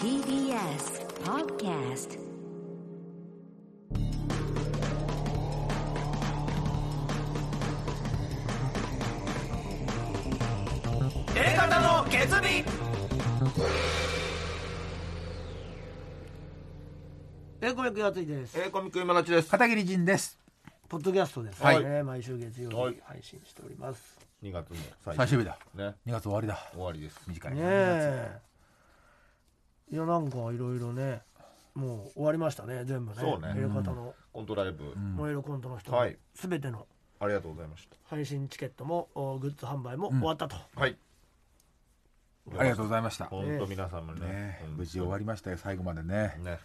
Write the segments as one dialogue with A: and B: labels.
A: TBS Podcast
B: 方の決意
C: えー、コミックやついです。
B: えー、コミック今立ちです
D: 片桐仁です
C: ポッドキャストですね。
B: はい
C: 毎週月曜
B: はい
C: 日配信しております。
B: 2月も
D: 最終日だ
B: ね
D: 2月終わりだ
B: 終わりです
D: 短い
C: ねえ。いやなんかいろいろね、もう終わりましたね全部ね。
B: そうね
C: 映画方の
B: コントライブ、
C: 燃えるコントの人
B: は
C: の
B: い
C: すべての
B: ありがとうございまし
C: 配信チケットもおグッズ販売も終わったと。
B: たはい
D: ありがとうございました
B: 本当皆さんもね
D: ね
B: 本当に
D: 無事終わりましたよ最後までね
B: ね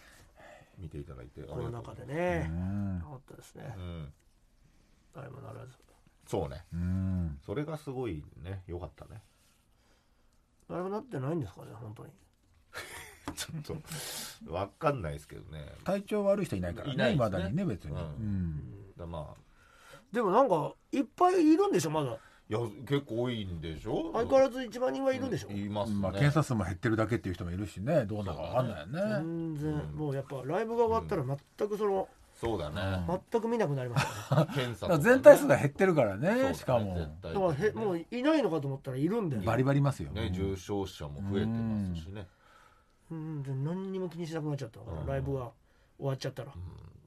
B: 見ていただいてありが
C: ことの
B: うござ
C: 中
B: います
C: でね
D: う、ん
C: よかったですね
B: う。ん
C: 誰もならず。
B: そうね
D: うん
B: それがすごいね良かったね
C: 誰もなってないんですかね本当に。
B: ちょっとわかんないですけどね
D: 体調悪い人いないから
B: いな
D: ね
B: い
D: い
B: ですね
D: まだにね別に
B: う
D: うんん
B: だまあ
C: でもなんかいっぱいいるんでしょまだ。
B: いや結構多いんでしょ
C: 相変わらず1万人はいるんでしょ。
B: いますね、
D: まあ検査数も減ってるだけっていう人もいるしねどうなのか分かんないよね
C: 全
B: うん
C: 然もうやっぱライブが終わったら全くその、
B: そうだね、
C: 全く見なくなりましたね。
B: 検査とか
D: だか
B: らね
D: 全体数が減ってるから
B: そうだ
D: ね
B: ね
D: しかも
B: 絶対
C: だからへもういないのかと思ったらいるんだよ。
D: バリバリいますよ
B: ね、重症者も増えてますしね、
C: うん、で何にも気にしなくなっちゃったから、
B: うん
C: ライブが終わっちゃったら。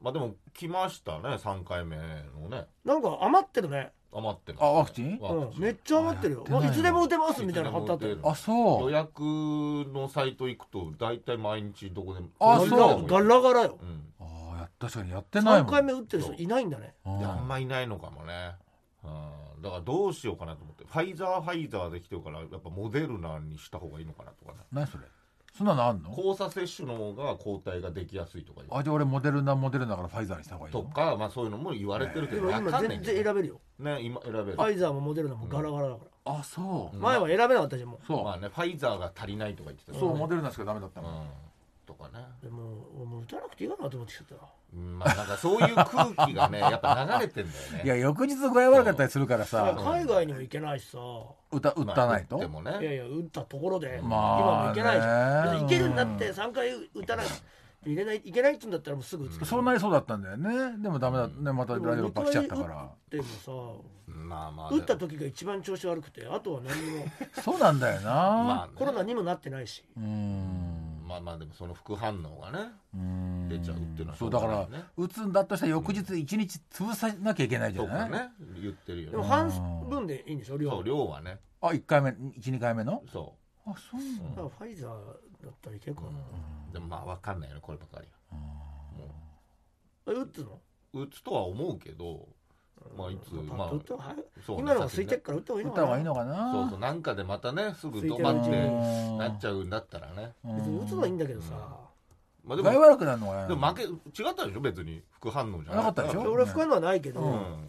B: まあでも来ましたね3回目のね
C: なんか余ってるね。
B: 余ってます、
D: あワクチン
C: うん、
B: ン
C: めっちゃ余ってるよ。
D: あやって
C: ま
D: ない
C: あいつでも打てますみたいなの貼
B: いつ
C: って
B: で
C: あ
B: も
C: っ
B: 打て
C: た
B: る
C: よ。
D: あそ
B: 予
D: う
B: 約のサイト行くと大体毎日どこでも
D: あ
B: どこ
D: そう
B: でも
C: ガラガラよ。
B: うん
D: あーや確かにやってない
C: 3
D: もん
C: 回目打ってる人いないんだね。
D: うん
B: いやあんまいないのかもね、うん、だからどうしようかなと思ってファイザーファイザーできてるからやっぱモデルナにした方がいいのかなとかね
D: 何それそんなのあんの
B: 交差接種の方が抗体ができやすいとか
D: あじゃあ俺モデルナモデルナからファイザーにした方がいい
B: と
D: の
B: かまあそういうのも言われてるけ
C: で
B: ど
C: も
B: わ
C: 今
B: かんない
C: 全
B: んだよ
C: 然選べるよ。
B: ね今選べる
C: ファイザーもモデルナもガラガラだから。
D: あそう
B: うん
C: 前は選べなかったじゃん、も
D: そう
B: まあねファイザーが足りないとか言ってたから
D: そう、モデルナしかダメだった
B: う
D: の。
B: んとかね
C: う。でも、もう打たなくていいかなと思ってきちゃったよ
B: うんまあなんかそういう空気 がねやっぱ流れてんだよね
D: いや、翌日具合悪かったりするから
C: だか
D: さ、
C: ら海外にも行けないしさ。
D: 歌、
B: まあ
D: 歌ないと
B: 打っ。ても
C: いや
B: ね
C: いや、打ったところで、
D: まあ
C: 今もいけないし、
D: ね
C: いやいけるんだって、3回打たない、入れない、いけないって言うんだったら、もうすぐ打つけど
D: そうなりそうだったんだよね。でもダメだね、またブラジルパ来ちゃったか
C: でも
B: まあまあ
C: さ、打った時が一番調子悪くて、あとは何にも、
D: ら。そうなんだよ
B: まあ
D: な。
B: ね
C: コロナにもなってないし、
D: うーん。
B: まあまあでもその副反応がね
D: うーん
B: 出ちゃうっていうのはし
D: そ
B: ょ
D: う
B: が
D: だ
B: ない
D: か
B: よ
D: ら
B: ね
D: 打つんだとしたら翌日1日潰さなきゃいけないじ
B: そ
D: ゃ
B: うか
D: ない
B: ね言ってる
C: で
B: よ
C: も
B: ね
C: 半分でいいんでしょ、量
B: そ
C: は
B: う。量はね
D: あ1回目12回目の
B: そ
D: あそうなんだ
C: だからファイザーだったらいけるか
B: うでもまあわかんないよねこればかり
C: な。打つの
B: は打つとは思うけどまあいつ
C: パッ
B: まあ
C: と打った方が早い
B: そうね
C: 今のが空いてるから打った方がいいの
D: 打った方がいい
C: か
D: のかな
B: そうそうなんかでまたねすぐド
C: な
B: バ
C: ん
B: っ
C: で
B: て
D: うん
B: なっちゃうんだったらね
D: う
C: な。
D: ん
C: 別に打つのはいいんだけどさ、
B: まあで
D: 具合
B: も
D: 悪くなるのが
B: でも負け違ったでしょ別に副反応じゃ
D: なかったでしょ
C: で俺は不安のはないけど、
D: う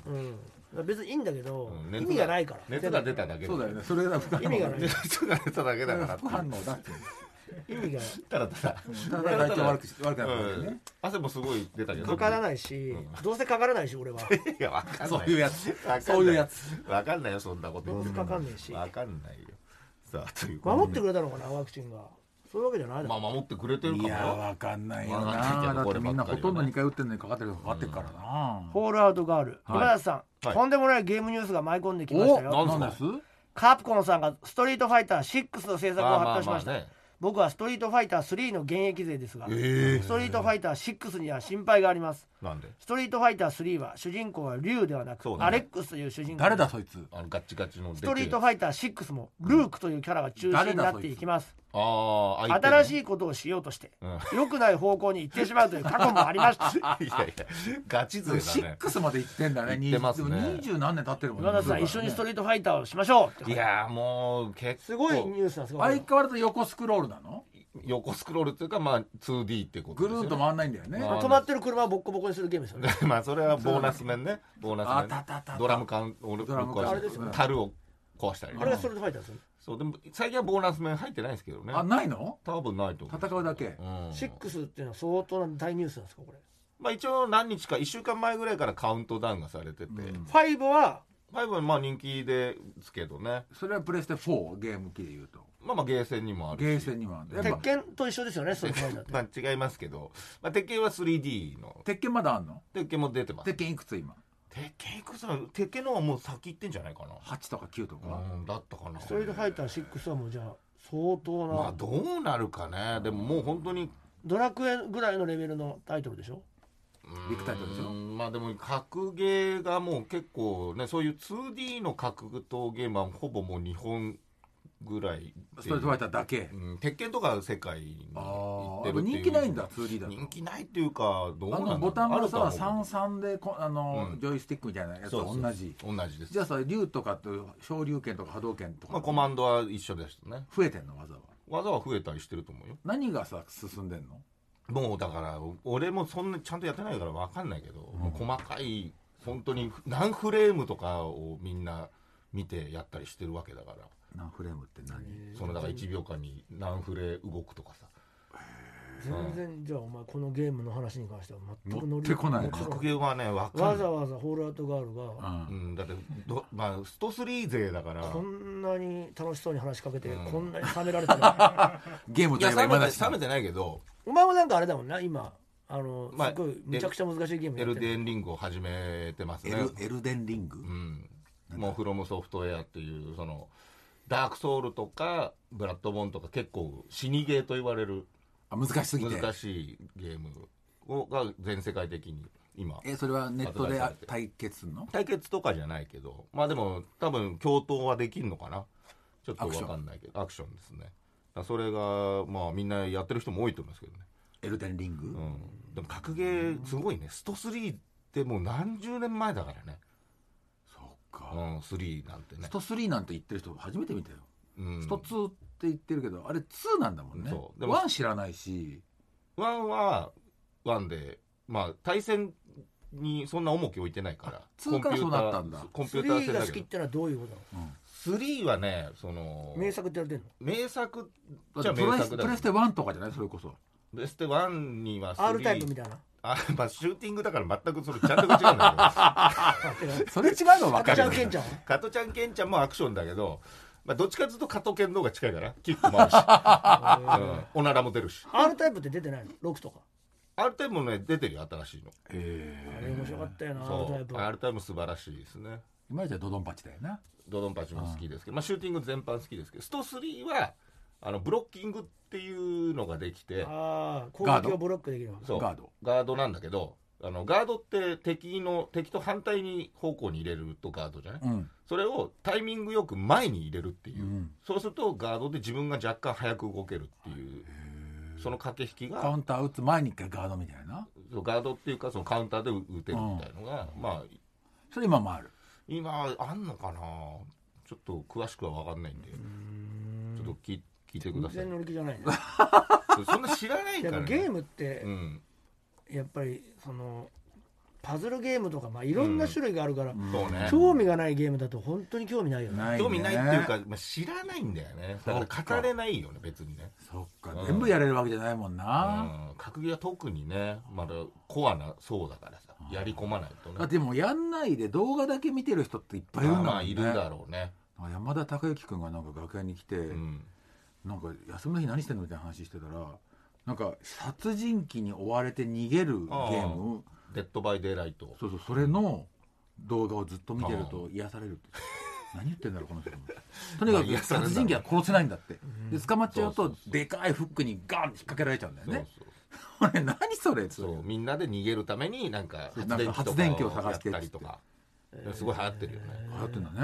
B: うん
C: うん別にいいんだけど、
B: うん
C: 意味がないから。
B: 熱が出ただけ
D: そうだよねそれが副反
C: 意
D: 応
C: 味がない。
B: 熱が出ただけだから
D: 副反応だって
C: 意味が
B: ただただ
D: ただ体調悪くし悪くなったんだよ
B: う
D: ね
B: ん汗もすごい出たけど
C: かからないし、どうせかからないし、俺は。
B: いや、わかんない。
D: そういうやつ
B: わかんな
D: そういうやつ。
B: わかんないよ、そんなこと
C: どうせかかんねえし。
B: わかんないよ。さあ、ということで
C: 守ってくれたのかな、ワクチンが。そういうわけじゃないだ
B: ま
C: ろ
B: あ、守ってくれてるか
D: い
B: も
D: や
B: よ。
D: わかんないよ
B: わかんないけ
D: な
B: ど
D: だってみんな
B: こればっかりはね
D: ほとんど2回打ってんのにかかってるかかってるからな
C: ホールアウトガール、
D: はい
C: 今田さん、
B: はい
C: とんでもないゲームニュースが舞い込んできました
D: お
C: よ。
D: なんです
C: カプコンさんがストリートファイター6の制作を
B: まあ
C: 発
B: まあ
C: 表し
B: ま
C: ま
B: あ
C: した。
B: ね。
C: 僕はストリートファイター3の現役勢ですが、
B: ええ
C: ストリートファイター6には心配があります。
B: なんで
C: ストリートファイター3は主人公は竜ではなく、
B: そうね
C: アレックスという主人公
D: 誰だそいつ
B: あの、ガッチガチの。
C: ストリート
B: フ
C: ファイター6もルークというキャラが中心になっていきます。
B: ああ、
C: 新し
B: い。
C: いことをしようとして、
B: うん
C: 良くない方向に行ってしまうという過去もありました
B: いやいや、ガチ勢だね。
D: 6まで行ってんだね
B: 行ってますね
D: でも20何年経ってるもんね
C: 今田さん一緒にストリートファイターをしましょうって
B: いやー、もう、結構。
C: すごいニュースなんですよこれ
D: 相変わらず横スクロールなの
B: 横スクロールっていうか、まあ、2D ってこと
D: ぐ
B: ですよ
D: る
B: ね。
D: ーっと回んないんだよね
B: まあ
C: 止まってる車をボッコボコにするゲームですよね
B: まあそれはボーナス面ねボーナス面ね
D: あたたたた
B: ドラム缶俺
D: ドラム缶
B: 僕は
D: あれですよね
B: 樽を壊したり
C: あれがストリートファイターですよね
B: そうでも最近はボーナス面入ってないですけどね
D: あないの
B: 多分ないと思う
D: 戦うだけ
B: うん
C: 6っていうのは相当な大ニュースなんですかこれ
B: まあ一応何日か1週間前ぐらいからカウントダウンがされてて、
C: 5は
B: ファイブはまあ人気ですけどね
D: それはプレステ4ゲーム機で言うと
B: まあまあゲーセンにもあるし
D: ゲーセンにもあるんでやっ
C: 鉄
D: ぱ
C: 拳と一緒ですよね、そういう考えだって。
B: まあ違いますけど、まあ、鉄拳は 3D の
D: 鉄拳まだあんの
B: 鉄拳も出てます
D: 鉄拳いくつ今
B: 鉄拳いくつなの鉄拳の方はもう先行ってんじゃないかな
D: 8とか9とか
B: うんだったかな
C: ストリートファイター6はもうじゃあ相当な、
B: まあどうなるかねでももう本当に
C: ドラクエぐらいのレベルのタイトルでしょ
D: ビッグタイトルでしょ
B: うんまあでも格ゲーがもう結構ねそういう 2D の格闘ゲームはほぼもう日本ぐらいで
D: ストリートファイターだけ
B: うん、鉄拳とか世界に
D: あ
B: 行っ
D: あ
B: てるっていう
D: 人気ないんだ 2D だと
B: 人気ないっていうかどうな
D: あ
B: んだろ
D: の
B: う
D: ボタンが
B: あ
D: さ
B: るとは思う
D: 33でこあの、
B: うん
D: ジョイスティックみたいなやつ
B: そ
D: と
B: うそう
D: 同じ
B: 同じです
D: じゃあさ竜とかと昇竜拳とか波動拳とか、
B: まあ、コマンドは一緒ですね
D: 増えてんの技は
B: 技は増えたりしてると思うよ
D: 何がさ進んでんの
B: もうだから俺もそんなちゃんとやってないから分かんないけど、もう細かい本当に何フレームとかをみんな見てやったりしてるわけだから
D: 何フレームって何、
B: そのだから1秒間に何フレ動くとかさ
C: 全然じゃあお前このゲームの話に関しては全く乗り
D: 乗ってこない
C: も
D: ね
C: ちろん
B: 格ゲーはね分か
C: わ
B: んな
C: ざ
B: い、
C: わざホールアウトガールが
D: うん
B: うん、だってど、まあ、スト3勢だから
C: こんなに楽しそうに話しかけて
B: うん
C: こんなに冷められたら
D: ゲーム
B: い
D: とい
B: や冷
D: えば今だ
B: め
D: して
B: 冷めてないけど
C: お前もなんかあれだもんな今あの
B: まあ
C: すごいめちゃくちゃ難しいゲーム
B: エ
C: やっ
B: ル
C: て
B: デ
C: る
B: ンリングを始めてます
D: エ
B: ね
D: ルエルデンリング、
B: うん、もうフロムソフトウェアっていうそのダークソウルとかブラッドボーンとか結構死にゲーと言われる
D: あ難しすぎて
B: 難しいゲームをが全世界的に今
D: えそれはネットであ対決するの
B: 対決とかじゃないけどまあでも多分共闘はできるのかなちょっと分かんないけどアクションですねだからそれがまあみんなやってる人も多いと思いますけどね、
D: エルデンリング、
B: うん、でも格ゲーすごいねスト3ってもう何十年前だからね、
D: そっ
B: う
D: か、
B: ん、3なんてね
D: スト3なんて言ってる人初めて見たよ、
B: うん
D: スト2って言ってるけどあれ2なんだもんね
B: そうでも
D: 1知らないし
B: ワンはワンで、まあ、対戦にそんな重きを置いてないから、
D: あ2からそうなったんだ
B: コンピューター
C: 3
B: 戦
C: が
B: だ
C: 好
B: け
C: きっ
B: ど、
C: てのはどういうことな
B: 3はね、その
C: の名作って言われてんの
B: 名作
D: だっ
B: じゃ
D: て
B: あ
D: プ
B: 名
D: レス
B: 作
D: プ
B: だ
D: レ
B: け
D: ステ
B: ど、
D: 1とかじゃないそれこそ
B: ベストワンには
C: R タイプみ
B: い
C: たいな
B: あ、まあ、シューティングだから全くそれ、ジャンルが違うんだ
D: それ違うの分
C: 赤
D: か
C: ち
D: る
C: ゃ
D: よ
C: んケンち ゃん
B: けど、加トちゃん、ケンちゃんもアクションだけど、まあ、どっちかというと加トケンの方が近いから、キックもあるし、うんおならも出るし、
C: R タイプって出てないの6とか
B: あるタイプもね、出てるよ、新しいの。
C: あれ面白かったよな R
B: そ
C: タイ
B: う、
C: プ
B: あるタイプ素晴らしいですね。
D: 今じゃドドンパチだよな
B: ドドンパチも好きですけど、まあ、シューティング全般好きですけどスト3はあのブロッキングっていうのができて
C: ああ攻
D: ガード
C: 撃をブロックできるわ
B: そう
D: ガード
B: ガードなんだけどあのガードって敵の敵と反対に方向に入れるとガードじゃない、
D: うん
B: それをタイミングよく前に入れるっていう、
D: うん
B: そうするとガードで自分が若干早く動けるっていうその駆け引き
D: カ
B: が
D: ウンター打つ前に一回ガードみたいな
B: そうガードっていうかそのカウンターで打てるみたいのが、まあ
D: それ今もある
B: 今あんのかなちょっと詳しくは分かんないんでちょっと聞い聞いてくだ
C: 全
B: さい
C: 然乗り気じゃないね
B: そんな知らない
C: で
B: から、
C: も
B: ね、
C: ゲームって
B: うん
C: やっぱりそのパズルゲームとかまあいろんな種類があるから、
B: そうね
C: 興味がないゲームだと本当に興味ないよね
D: ないね
B: 興味ないっていうか、まあ、知らないんだよねだ
D: そっ
B: か
D: から
B: 語れないよね別にね
D: そっか
B: うん
D: 全部やれるわけじゃないもんな
B: うん格ゲーは特にねまだコアな層だからさやり込まないと
D: だ
B: ね
D: ってもうやんないで動画だけ見てる人っていっぱいいるんだ
B: ま
D: も
B: あ
D: ん
B: い
D: ね
B: るだろうね、
D: あ山田孝之君がなんか楽屋に来て、
B: うん、
D: なんか休みの日何してんのみたいな話してたらなんか殺人鬼に追われて逃げるゲーム
B: デッド・バイ・デイ・ライト
D: そうそうそれの動画をずっと見てると癒されるって 何言ってんだろうこの人 とに
B: まあ
D: か
B: 癒
D: く
B: されるんだろう
D: 殺人鬼は殺せないんだってで捕まっちゃう
B: そう
D: と
B: そうそう
D: でかいフックにガンって引っ掛けられちゃうんだよ
B: そう
D: ね
B: そう
D: これ何それっつ
B: そうう
D: の
B: みんなで逃げるためになんか
D: そう
B: 発電機とか
D: なんか発電機を探
B: やっ
D: して
B: たりとかすごい流行ってるよね、
D: 流行ってんだ
B: う
D: ね
B: ん、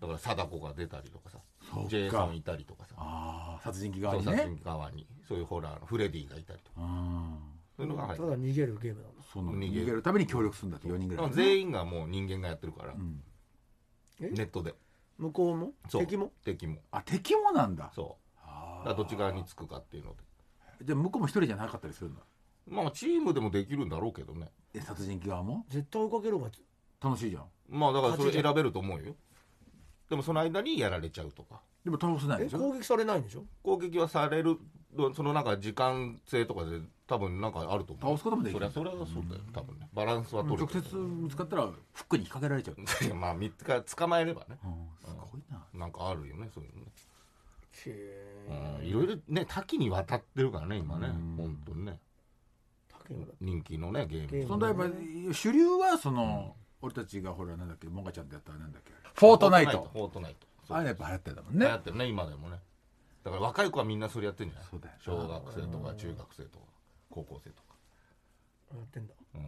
B: だから貞子が出たりとかさ
D: そうか
B: ジェイソンいたりとかさ
D: ああ殺人鬼側
B: そう
D: に
B: 殺
D: ね
B: 人側にそういうホラーのフレディがいたりとか
D: うん
B: そういうのが入
C: た
B: ってる
C: だ逃げるゲームなの
D: その
B: 逃げる
D: 逃げるために協力するんだって4人ぐらい
B: だから全員がもう人間がやってるから、
D: ん
C: え
B: ネットで
C: 向こうも
B: そう
C: 敵も
B: 敵も
D: あ敵もなんだ
B: そう
D: あ
B: だ
D: ー
B: からどっち側につくかっていうので
D: じゃあ向こうも一人じゃなかったりするんだ
B: まあチームでもできるんだろうけどね
D: え殺人鬼側も
C: 絶対追いかける方が
D: 楽しいじゃん
B: まあだからそれ選べると思うよでもその間にやられちゃうとか
D: でも倒せない
C: え
D: でしょ
C: 攻撃されないんでしょ
B: 攻撃はされるそのなんか時間制とかで多分なんかあると思う
D: 倒すこともでき
B: そり
D: る
B: ゃそれはそうだよ多分ねバランスは取れ
D: 直
B: てる
D: 接ぶつかったらフックに引っ掛 けられちゃう、
B: いやまあ見つか捕まえればね
D: うん、すごいな
B: なんかあるよねそういうのね
C: へ
B: うん
C: え
B: いろいろね多岐にわたってるからね今ね
D: うん
B: 本当にね
C: 竹村
B: 人気のねゲーム
C: ゲーム
D: そのやっぱ主流はその、俺たちがほらなんだっけモンガちゃんとやったなんだっけ
B: フ
D: フォートナイト
B: フォートナイト
D: あ
B: そう
D: れやっぱ流行ってたもん
B: 流
D: ね
B: 行ってるね今でもねだから若い子はみんなそれやってんじゃない
D: そうだよな
B: 小学生とか中学生とか高校生とか
C: やってんだ
B: うん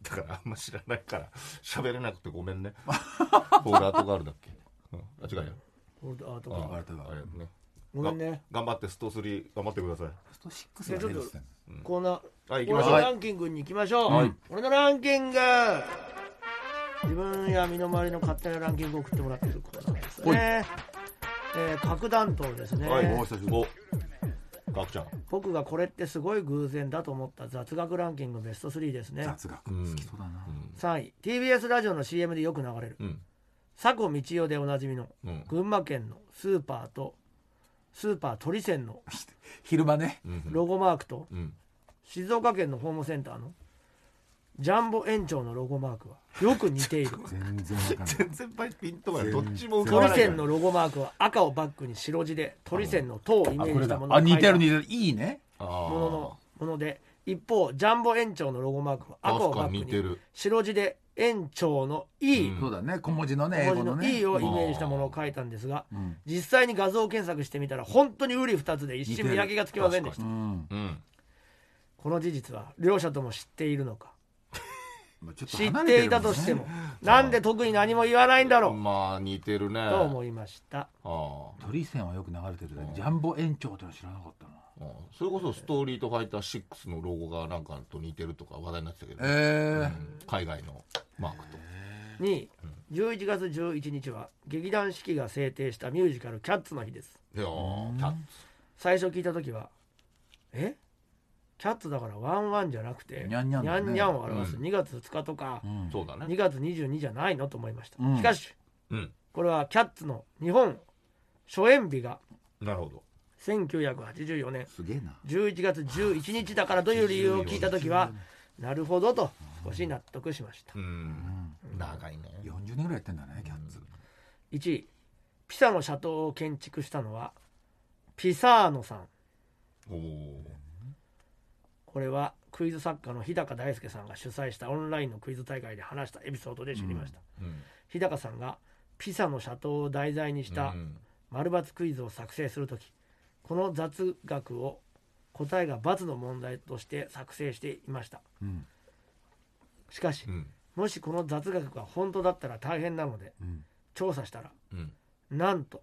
B: だからあんま知らないから喋れなくてごめ んねボールアートガールだっけ、うん、あ違うよ
C: 俺
B: あ
C: あとか
D: ガールアートガール
B: あれね
C: ごめんね
B: が頑張ってスト3頑張ってください
D: スト6が出るっつってんの
C: コーナー
B: はい行きま
C: 俺
B: しょう
C: のランキングに行きましょう、
D: はい
C: 俺のランキング自分や身の回りの勝手なランキングを送ってもらってるコーナーですね、えー、核弾頭ですね、
B: はい、
D: お
B: お
D: 久しぶり
B: おガクちゃん
C: 僕がこれってすごい偶然だと思った雑学ランキングベスト3ですね
D: 雑学好きそうだな、
C: 3位 TBS ラジオの CM でよく流れる
B: うん
C: 佐古道代でおなじみの
B: うん
C: 群馬県のスーパーとスーパー鳥船の
D: 昼間ね
B: うん
C: ロゴマークと
B: うん
C: 静岡県のホームセンターのジャンボ園長のロゴマークはよく似ている
D: 全然わかんない
B: 全然ピンとかないどっちも浮かば
C: 鳥
B: ない
C: 船のロゴマークは赤をバックに白地で鳥船の塔をイメ
D: あ
C: ー
D: こ
C: ジ
D: れ
C: した
D: だ
C: もの
D: あ
C: を描い
D: 似て
C: た
D: る
C: も
D: 似てるいいね
B: あー
C: ののもので一方ジャンボ園長のロゴマークは赤をバッ
B: 確かに似て
C: クに
B: る
C: 白地で園長の E
B: うん
D: そうだね小文字のね英
C: 文字
D: 語の
C: の
D: ね
C: E をイメージしたものを描いたんですが
D: うん
C: 実際に画像検索してみたら本当に瓜二つで一瞬見分けがつきませんでした
D: うん
B: うん
C: この事実は両者とも知っているのか
D: まあちょっと
C: 知っ
D: 離れ
C: て
D: る
C: い
D: んだ
C: た
D: ね
C: としてもなんで特に何も言わないんだろ
B: まあ似てるね
C: うと思いました
B: ああ
D: 鳥線はよく流れてるだけジャンボ延長ってのは知らなかったな
B: ああそれこそストーリーとファイター6のロゴがなんかと似てるとか話題になってたけど、
D: え
B: うん海外のマークと、
C: 2位11月11日は劇団四季が制定したミュージカル「キャッツ」の日です
B: いやーキャッツ
C: 最初聞いた時は「えキャッツだからワンワンじゃなくて
D: ニャンニャン
C: ニ
D: だね
C: ャンニャンを表す
B: う
C: 2月2日とか
D: うん
B: そうだ
C: 2
B: ね
C: 月22じゃないの?」と思いました
D: うん
C: しかし
B: うん
C: これはキャッツの日本初演日が
B: なるほど
C: 1984年
D: すげえな
C: 11月11日だからという理由を聞いた時はなるほどと少し納得しました
B: うん長いね
D: 40年ぐらいやってんだねキャッツ
C: 1位ピサの斜塔を建築したのはピサーノさん
B: おお
C: これはクイズ作家の日高大輔さんが主催したオンラインのクイズ大会で話したエピソードで知りました、
B: うん
C: 日高さんがピサの斜塔を題材にした
B: うん
C: 丸×クイズを作成する時この雑学を答えが×の問題として作成していました
D: うん
C: しかし
B: うん
C: もしこの雑学が本当だったら大変なので
D: うん
C: 調査したら
B: うん
C: なんと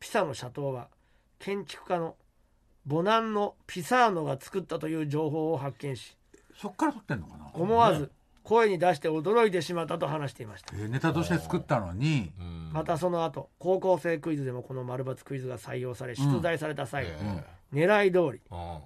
C: ピサの斜塔は建築家のボナンのピサーノが作ったという情報を発見し
D: そっから撮ってんのかな
C: 思わず声に出して驚いてしまったと話していました
D: えーネタとして作ったのに
B: うん
C: またその後高校生クイズでもこの丸×クイズが採用され出題された際、
B: ええ
C: 狙い通り
B: あ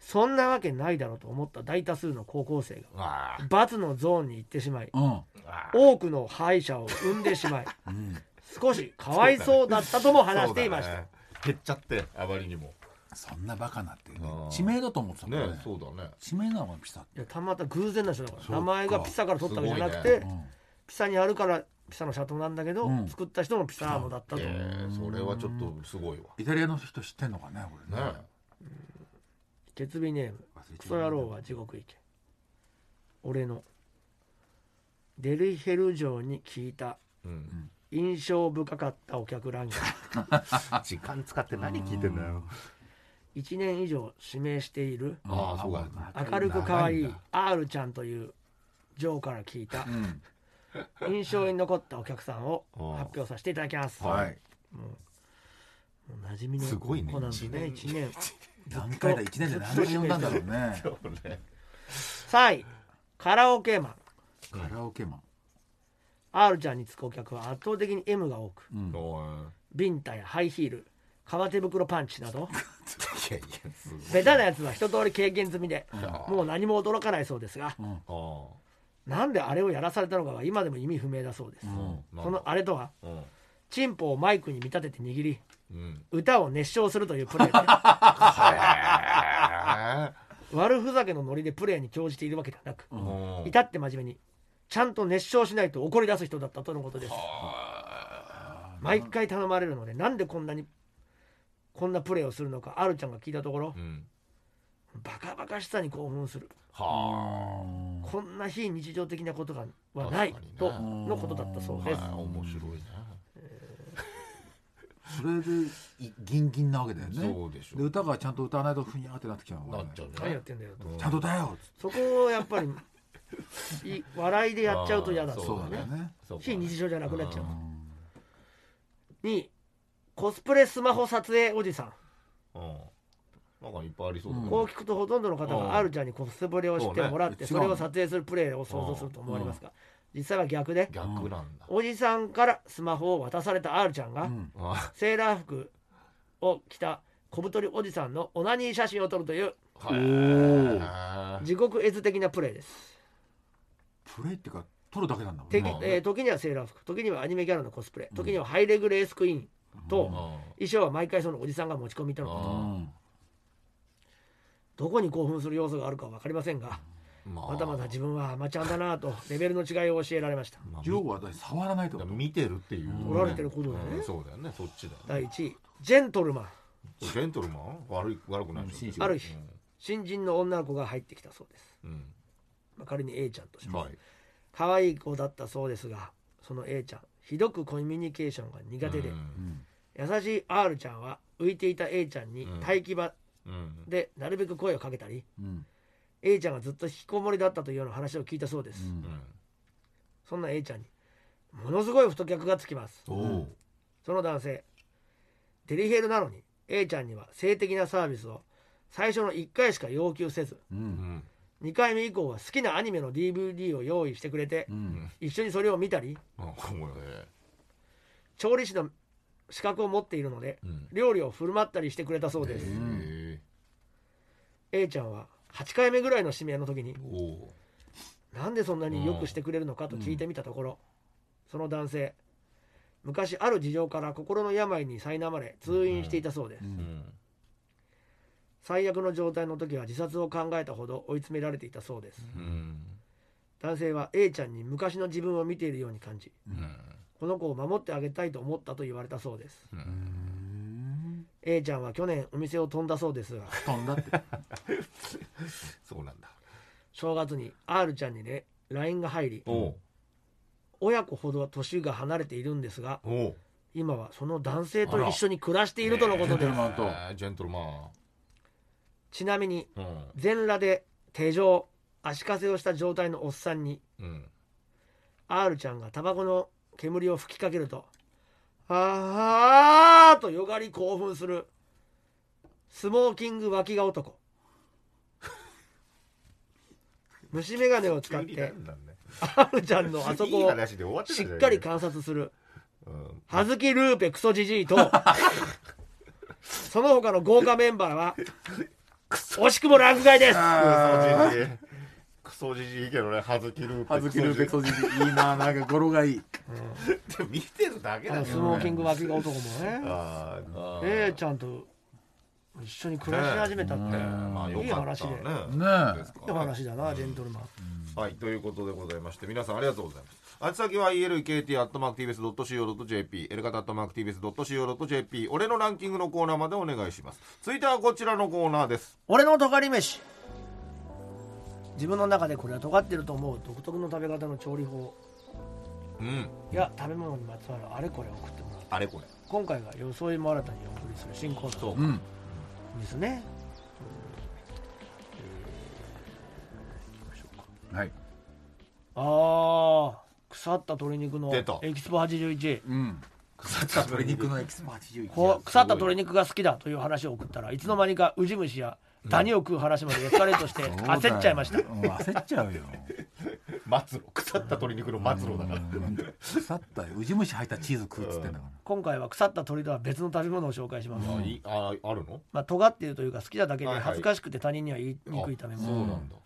C: そんなわけないだろうと思った大多数の高校生が
B: あわあ
C: ×のゾーンに行ってしまい
D: うん
B: わあ
C: 多くの敗者を生んでしまい
D: うん
C: 少しかわいそうだったとも話していまし
B: そうだ
C: た
B: ね減っちゃってあまりにも
D: そんなバカなってね
B: うん
D: 知名だと思ってたもん
B: ね
D: ね
B: そうだね
D: 知名なのがピサって
C: いやたまた偶然な人だか
D: そう
C: ら名
D: か
C: 前がピサから取ったわけじゃなく
B: す
C: て、
B: ご
D: うん
C: ピサにあるからピサのシャトーなんだけど、
D: うん
C: 作った人もピサーノだったと、
B: ええそれはちょっとすごいわ
D: イタリアの人知ってんのかねこれね
B: ね
C: 鉄尾ネーム
D: 忘れちゃいけない
C: クソ野郎は地獄行け俺のデリヘル城に聞いた
B: うん
C: 印象深かったお客ランキン
B: 時間使って何聞いてんだよ
C: グ1年以上指名している
D: うん
B: ああそうか
C: 明るく可愛
B: 長い
C: い
B: んだ
C: R ちゃんというジョーから聞いた
D: うん
C: 印象に残ったお客さんを
B: あー
C: 発表させていただきます、
D: はい
C: もう馴染みの
B: すごいね
C: 子なんでね
B: 一
C: 1年
D: 何回だ1年で何回呼んだんだろうね
C: 3位カラオケマン
D: カラオケマン
C: R ちゃんにつくお客は圧倒的に M が多く
D: うん
B: おい
C: ビンタやハイヒール革手袋パンチな ど
B: いやいやすごい
C: ベタなやつは一通り経験済みでもう何も驚かないそうですが
D: うん
B: あ
C: なんであれをやらされたのかは今でも意味不明だそうです、
B: あうん
C: そのあれとは
B: うん
C: チンポをマイクに見立てて握り
B: うん
C: 歌を熱唱するというプレー
B: へ
C: で 悪ふざけのノリでプレーに興じているわけではなく
B: えうん
C: 至って真面目にちゃんと熱唱しないと怒り出す人だったとのことです
D: あ
C: 毎回頼まれるのでなんでこんなにこんなプレーをするのかあるちゃんが聞いたところ
B: うん
C: バカバカしさに興奮する
B: は
C: こんな非日常的なことが
B: あ
C: はない
B: 確かにね
C: とのことだったそう
B: あ、
C: です
B: はい、面白いね
D: それでいギンギンなわけだよね
B: そうでしょ
D: で歌がちゃんと歌わないとふにゃーってなってきちゃうの
B: なっちゃうね
C: 何やってんだよと
B: うん
D: ちゃんと歌えよっつって
C: そこをやっぱりい笑いでやっちゃうと嫌だ
B: あー
D: そう
B: そ
D: な
B: うんだ
D: だ
B: ね
D: よね
B: そうか
C: 非日常じゃなくなっちゃう
B: う
C: にコスプレスマホ撮影おじさん
B: うんなんかいっぱいありそうだね
C: こう聞くとほとんどの方
B: うん
C: があるちゃんにコスプレをしてもらって
D: そ
C: そ
D: うね
C: れを撮影するプレーを想像すると思われますが実際は逆で
B: 逆なんだ、
C: おじさんからスマホを渡された R ちゃん
D: う
C: が
D: ん
B: あ
C: セーラー服を着た小太りおじさんのオナニー写真を撮るという
B: はいへ
C: 地獄絵図的なプレーです、
D: プレイっていうか撮るだけなんだもん
C: て
B: まあね
C: えー時にはセーラー服時にはアニメキャラのコスプレ時にはハイレグレースクイーンと、
B: ー
C: 衣装は毎回そのおじさんが持ち込みとのこと
B: あ
D: うん
C: どこに興奮する要素があるか分かりませんが
B: うんまあ
C: まだまだ自分はアマちゃんだなぁとレベルの違いを教えられました
B: まあ
D: ジョーはだって触らないと
B: だから見てるっていう、
C: おられてることだね
B: うんそうだよねそっちだよね
C: 第1位ジェントルマン
B: ジェントルマン悪い悪くないでし
D: うん
B: ょ
C: ある日新人の女の子が入ってきたそうです、
B: うん
C: まあ、仮に A ちゃんとします
B: はい
C: 可愛い子だったそうですがその A ちゃんひどくコミュニケーションが苦手で、
B: うん
C: 優しい R ちゃんは浮いていた A ちゃんに
B: うん
C: 待機場
B: うん
C: でなるべく声をかけたり、
D: うん、
C: A ちゃんがずっと引きこもりだったというような話を聞いたそうです、
D: うん
C: そんな A ちゃんにものすごい太客がつきます
B: うんおう
C: その男性デリヘルなのに A ちゃんには性的なサービスを最初の1回しか要求せず
B: う
D: う
B: んん
C: 2回目以降は好きなアニメの DVD を用意してくれて、
D: うん
C: 一緒にそれを見たり
B: あここで
C: 調理師の資格を持っているので
B: うん
C: 料理を振る舞ったりしてくれたそうです、
B: へ
C: A ちゃんは8回目ぐらいの指名の時に
B: えおう
C: なんでそんなによくしてくれるのかと聞いてみたところ、その男性昔ある事情から心の病に苛まれ通院していたそうです、
D: うん
B: うん
C: 最悪の状態の時は自殺を考えたほど追い詰められていたそうです
B: うん
C: 男性は A ちゃんに昔の自分を見ているように感じ
B: うん
C: この子を守ってあげたいと思ったと言われたそうです
B: う
D: うんん
C: A ちゃんは去年お店を飛んだそうですが
D: 飛んだって
B: そうなんだ
C: 正月に R ちゃんにね LINE が入り
B: おう
C: 親子ほど年が離れているんですが
B: おう
C: 今はその男性と一緒に暮らしているとのこと
D: ジェント
C: で
D: ル
C: す
D: マンと
B: えージェントルマ
C: ちなみに
B: ンうん
C: 全裸で手錠足かせをした状態のおっさんに
B: うん
C: R ちゃんがタバコの煙を吹きかけると「あーあー」とよがり興奮するスモーキング脇が 男虫眼鏡を使っ
B: 急にな
C: て
B: んだね
C: R ちゃんのあそ
B: いい
C: こを
B: 話で終わってた
C: し
B: じゃ
C: っ
B: ない
C: かり観察する
B: うん
C: 葉月ルーペクソジジイと その他の豪華メンバ ーは惜しくも落外です
B: クソじじいクソじじいけどね葉月ルーペ
D: はずきるべ
B: クソ
D: こじじいいななんか語呂がいい
B: じじい見てるだけ
C: あ
B: だ
C: の
B: け
C: ス
B: どね
C: モーキング脇が男もね
B: あーあー
C: A ちゃんと一緒に暮らし始めたって、
B: まあよ
C: いい
B: かっ
C: 話
B: た
C: で
B: ね
D: ねえ
B: ですか
C: いい話だな、ジェントルマン。
B: はいということでございまして皆さんありがとうございますあち先は elkt.tbs.co.jp エルカタ .tbs.co.jp 俺のランキングのコーナーまでお願いします続いてはこちらのコーナーです
C: 俺の尖り飯。自分の中でこれは尖ってると思う独特の食べ方の調理法
B: うん
C: や食べ物にまつわるあれこれを送ってもらう
B: あれこれ
C: 今回が装いも新たにお送りする新コーナ
D: うん
C: ーですね
D: はい
C: ああ腐った鶏肉の
B: 出た
C: エキスポ81
D: うん腐った鶏肉のエキスパー81
C: こう腐った鶏肉が好きだという話を送ったらいつの間にかウジ虫やダニを食う話までエスカレートして
D: そうだよ
C: 焦っちゃいました
D: うん焦っちゃうよ
B: 末路腐った鶏肉の末路だから
D: うん腐ったよウジ虫入ったチーズ食うっつってんだか
C: 今回は腐った鳥とは別の食べ物を紹介します、
B: あいああるの
C: まあ尖っているというか好きなだけで
B: はいはい
C: 恥ずかしくて他人には言いにくいため
B: あ
C: も、
B: そうなんだ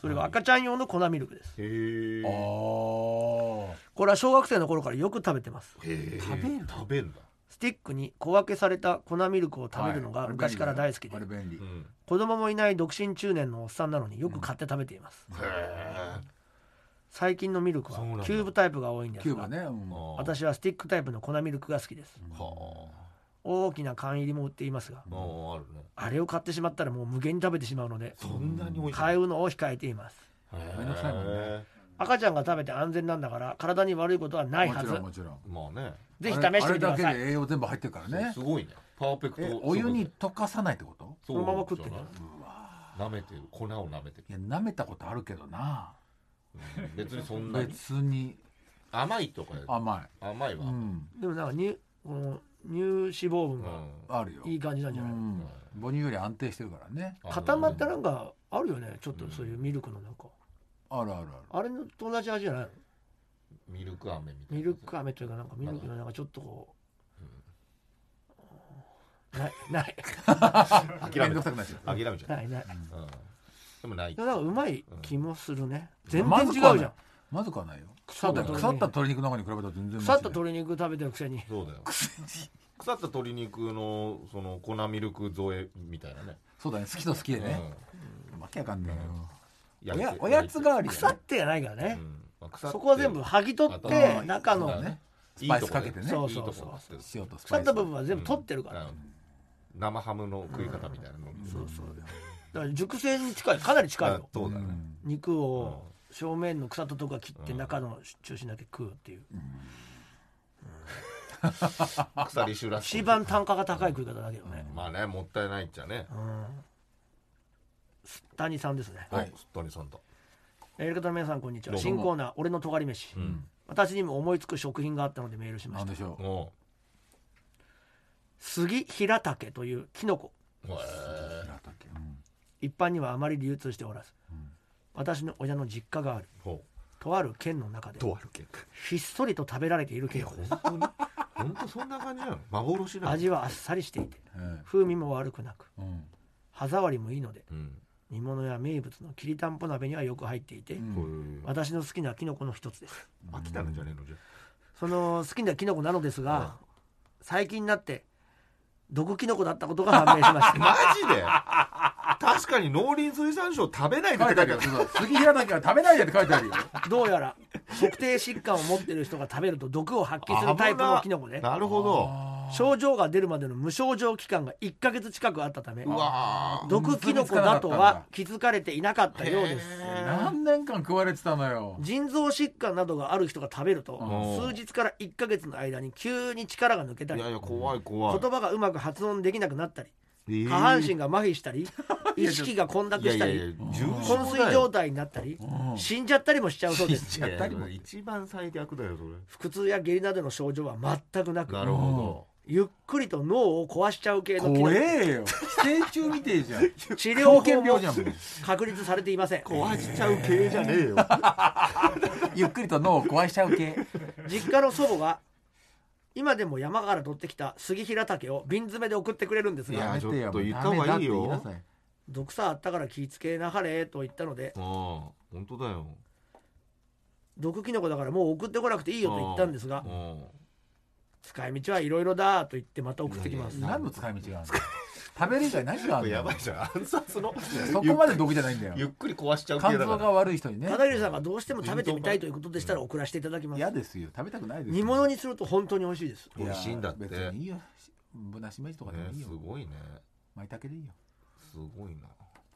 C: それは赤ちゃん用の粉ミルクです
B: へ
D: ら
B: え
D: あ
C: これは小学生の頃からよく食べてます
B: 食
D: べる
B: 食べるんだ
C: スティックに小分けされた粉ミルクを
D: あ
C: 食べるのが昔から大好きで、
D: あれ便利
B: うん
C: 子供もいない独身中年のおっさんなのによく買って食べています、
B: へえ
C: 最近のミルクは
B: そうなんだ
C: キューブタイプが多いんで
D: キ
C: す
D: ュー
C: が、
D: バね、うん
B: あー
C: 私はスティックタイプの粉ミルクが好きです
B: はあ
C: 大きな缶入りも売っていますが
B: うんあるね
C: あれを買ってしまったらもう無限に食べてしまうので
B: そんなに美味しい
C: 買うのを控えています
B: へ
D: めんどくさいもんね
C: 赤ちゃんが食べて安全なんだから体に悪いことはない
D: も
C: は
D: ち
C: ず
D: ろんもちろん
B: まあね
C: ぜひ試してみてくだ
D: あ
C: さ
D: れあれだけ
C: い
D: で栄養全部入ってるからね
B: すごいねパーフェク
D: え
B: ト
D: お湯に溶かさないってこと
B: そ
C: のまま食ってる
B: る舐めてる粉を舐めてる
D: いや舐めたことあるけどな
B: うん別にそんなに
D: 別に
B: 甘いとか
D: 甘
B: 甘い
D: い、
B: わ
D: う
B: うん
D: ん、
C: でもなんか乳この乳脂肪分が
D: あるよ
C: いい感じなんじゃ
D: う
C: ない
D: ん、母乳より安定してるからね
C: 固まったなんかあるよねちょっとそういうミルクのなんか
D: あるある
C: あれのと同じ味じゃないの
B: ミルク飴みたいな
C: ミルク飴というかなんかミルクのなんかちょっとこうないない
D: ある
B: 諦
D: めん
B: め
D: ど
B: た
D: くさくなっちゃう
B: 諦めちゃっ
C: ないない
B: たうんでもない
C: でもなんかうまい気もするね全
D: ま
C: 然
D: ず
C: 違う
D: くはない
C: じゃん
D: まずくはないよ
C: 腐った
D: そうだよ
C: 鶏
D: 腐った
C: 肉
D: 鶏肉の中に比べたら全然
C: 腐った
D: 鶏
C: 鶏肉食べてるくせに
B: そうだよ腐った鶏肉のその粉ミルク添えみたいなね
D: そうだね好きと好きでね、わけわかんないよ、
B: うん
D: お
B: 焼い
D: や
B: て
D: おやつ代わり
C: 腐っ
D: や
C: てやないから
B: う
C: ね
B: んまあ腐って
C: そこは全部剥ぎ取っ
D: あ
C: て
D: ー
C: 中
D: そう
C: の
D: だね
B: いいとこ
D: スパイスかけてね
B: いい
C: そ
B: う
C: そうそう
B: とこだって
D: 塩とス
C: 腐
D: パイ
C: っ
D: ス
C: た部分は全部取ってるから
B: うん生ハムの食い方みたいなのそうそう
C: だから熟成に近いかなり近いよ
B: そうだね
C: 肉を正面の腐ったとこは切って中の中心だけ食うっていう
B: 鎖種らしい
C: 一番単価が高い食い方だけどね
B: まあねもったいないっちゃね
C: 谷さんですね
B: はい谷さんと
C: エレクトの皆さんこんにちは
B: どうも
C: 新コーナー俺の尖り飯私にも思いつく食品があったのでメールしま
D: な
C: し
D: ん
C: た
D: でしょう
B: も
C: 杉平竹というキノコ
B: うへえ
D: 平竹うん
C: 一般にはあまり流通しておらず私の親の実家がある
B: ほ
C: とある県の中で
B: うとあるけど
C: ひっそりと食べられているキノコです
B: 本当に本当そんな感じなの幻なの
C: 味はあっさりしていて
D: え
C: 風味も悪くなく
D: えうん
C: 歯触りもいいので
B: うん
C: 煮物や名物のきりたんぽ鍋にはよく入っていて、
D: ん
B: こ
C: 私の好きなキノコの一つです
B: れ飽きたんじゃねえのじゃ
C: その好きなキノコなのですが、最近になって毒キノコだったことが判明し ました
B: マジで確かに農林水産省食べないで
D: 書いてあるよそうそう杉平竹は食べないでって書いてあるよ
C: どうやら特定疾患を持っている人が食べると毒を発揮するタイプのキノコで
B: なるほど
C: 症状が出るまでの無症状期間が1ヶ月近くあったため
B: うわー
C: 毒キノコだとは気づかれていなかったようです
B: へ
D: 何年間食われてたのよ
C: 腎臓疾患などがある人が食べると
B: うん
C: 数日から1ヶ月の間に急に力が抜けた
B: い
C: り
B: やいや怖い怖い
C: 言葉がうまく発音できなくなったり
B: 下
C: 下半身が麻痺したり意識が混濁したり昏睡状態になったり
D: うん
C: 死んじゃったりもしちゃうそうです
D: 死んじゃったりも
B: 一番最悪だよそれ
C: 腹痛や下痢などの症状は全くなく
B: なるほ
C: ゆっくりと脳を壊しちゃう系の機
D: 怖
C: 能
D: えよ寄生虫みてえじゃん
C: 治
D: 狂
C: 療
D: 犬
C: 法
D: 病じゃんも
C: も
D: う
C: 確立されていません
B: ど壊しちゃう系じゃねえよ
D: ゆっくりと脳を壊しちゃう系
C: 実家の祖母が今でも山から取ってきた杉平竹を瓶詰めで送ってくれるんです
B: い
C: が
B: や
D: めてよ
B: ちょっと言った方がいいよ
D: ダメだって言なさ
C: 毒さあったから気ぃつけなはれと言ったので
B: うん本当だよ
C: 毒キノコだからもう送ってこなくていいよと言ったんですが
B: うん
C: 使い道はいろいろだと言ってまた送ってきます
D: い何の使い道があるの食べる以外何があるの
B: やばいじゃん暗殺の
D: そこまで毒じゃないんだよ
B: ゆっくり壊しちゃう系
D: 肝
B: だ
D: 臓
B: から
D: が悪い人にね
C: 片桐さんがどうしても食べてみたいということでしたら送らせていただきます
D: 嫌ですよ食べたくないですよ
C: 煮物にすると本当に美味しいです
B: 美味しいんだって
D: 別にいいよぶなしめじとかでも
B: ね
D: いい
B: す
D: よ
B: ごいね
D: まいたけでいいよ
B: すごいな